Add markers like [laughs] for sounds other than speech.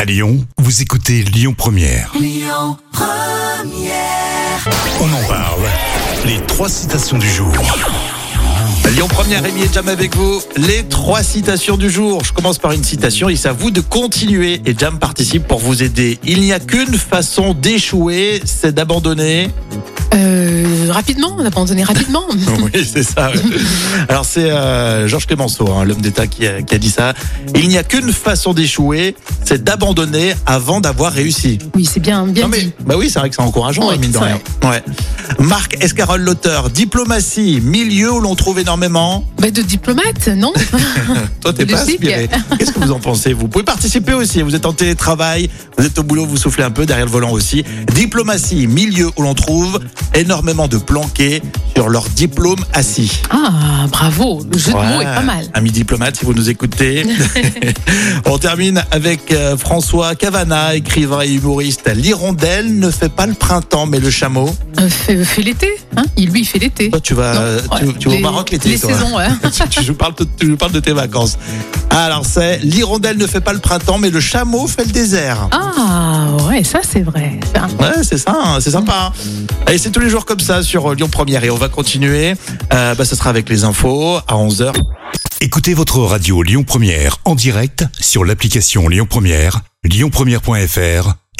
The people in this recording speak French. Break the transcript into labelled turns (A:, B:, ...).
A: À Lyon, vous écoutez Lyon Première. On en parle. Les trois citations du jour.
B: Lyon Première, Rémi et Jam avec vous. Les trois citations du jour. Je commence par une citation. Il s'avoue de continuer et Jam participe pour vous aider. Il n'y a qu'une façon d'échouer, c'est d'abandonner. [laughs]
C: Euh, rapidement, on a abandonné rapidement.
B: Oui, c'est ça. Alors c'est euh, Georges Clemenceau, hein, l'homme d'État qui a, qui a dit ça. Il n'y a qu'une façon d'échouer, c'est d'abandonner avant d'avoir réussi.
C: [laughs] Oui, c'est bien, bien
B: Non mais,
C: dit.
B: bah oui, c'est vrai que c'est encourageant,
C: Ouais,
B: hein, mine de
C: c'est
B: rien. Ouais. Marc Escarole, l'auteur, diplomatie, milieu où l'on trouve énormément.
C: Bah, de diplomate, non
B: Toi, t'es pas
C: Logique. [laughs]
B: inspiré. Qu'est-ce que vous en pensez Vous pouvez participer aussi. Vous êtes en télétravail, vous êtes au boulot, vous soufflez un peu derrière le volant aussi. Diplomatie, milieu où l'on trouve énormément de planqués sur leur diplôme assis.
C: Ah, bravo, le jeu de mots
B: Ouais.
C: est pas mal.
B: Amis diplomates, si vous nous
C: [laughs]
B: écoutez. On termine avec euh, François Cavana, écrivain et humoriste. L'hirondelle ne fait pas le printemps, mais le chameau.
C: Euh, fait, fait l'été, hein Il lui il fait l'été.
B: Toi, tu vas,
C: Non,
B: Euh, tu,
C: ouais,
B: tu vas au
C: les-
B: Maroc l'été.
C: Les
B: toi.
C: saisons, ouais.
B: [laughs] tu, tu- je parle de, tu nous parles de tes vacances. Alors, c'est l'hirondelle ne fait pas le printemps, mais le chameau fait le désert.
C: Ah, ouais, ça c'est vrai. Ah, Enfin,
B: Ouais, c'est ça, hein, c'est sympa. hein. Allez, c'est tous les jours comme ça sur euh, Lyon Première et on va continuer. Euh, bah, ce sera avec les infos à 11h.
A: Écoutez votre radio Lyon Première en direct sur l'application Lyon Première, lyonpremière.fr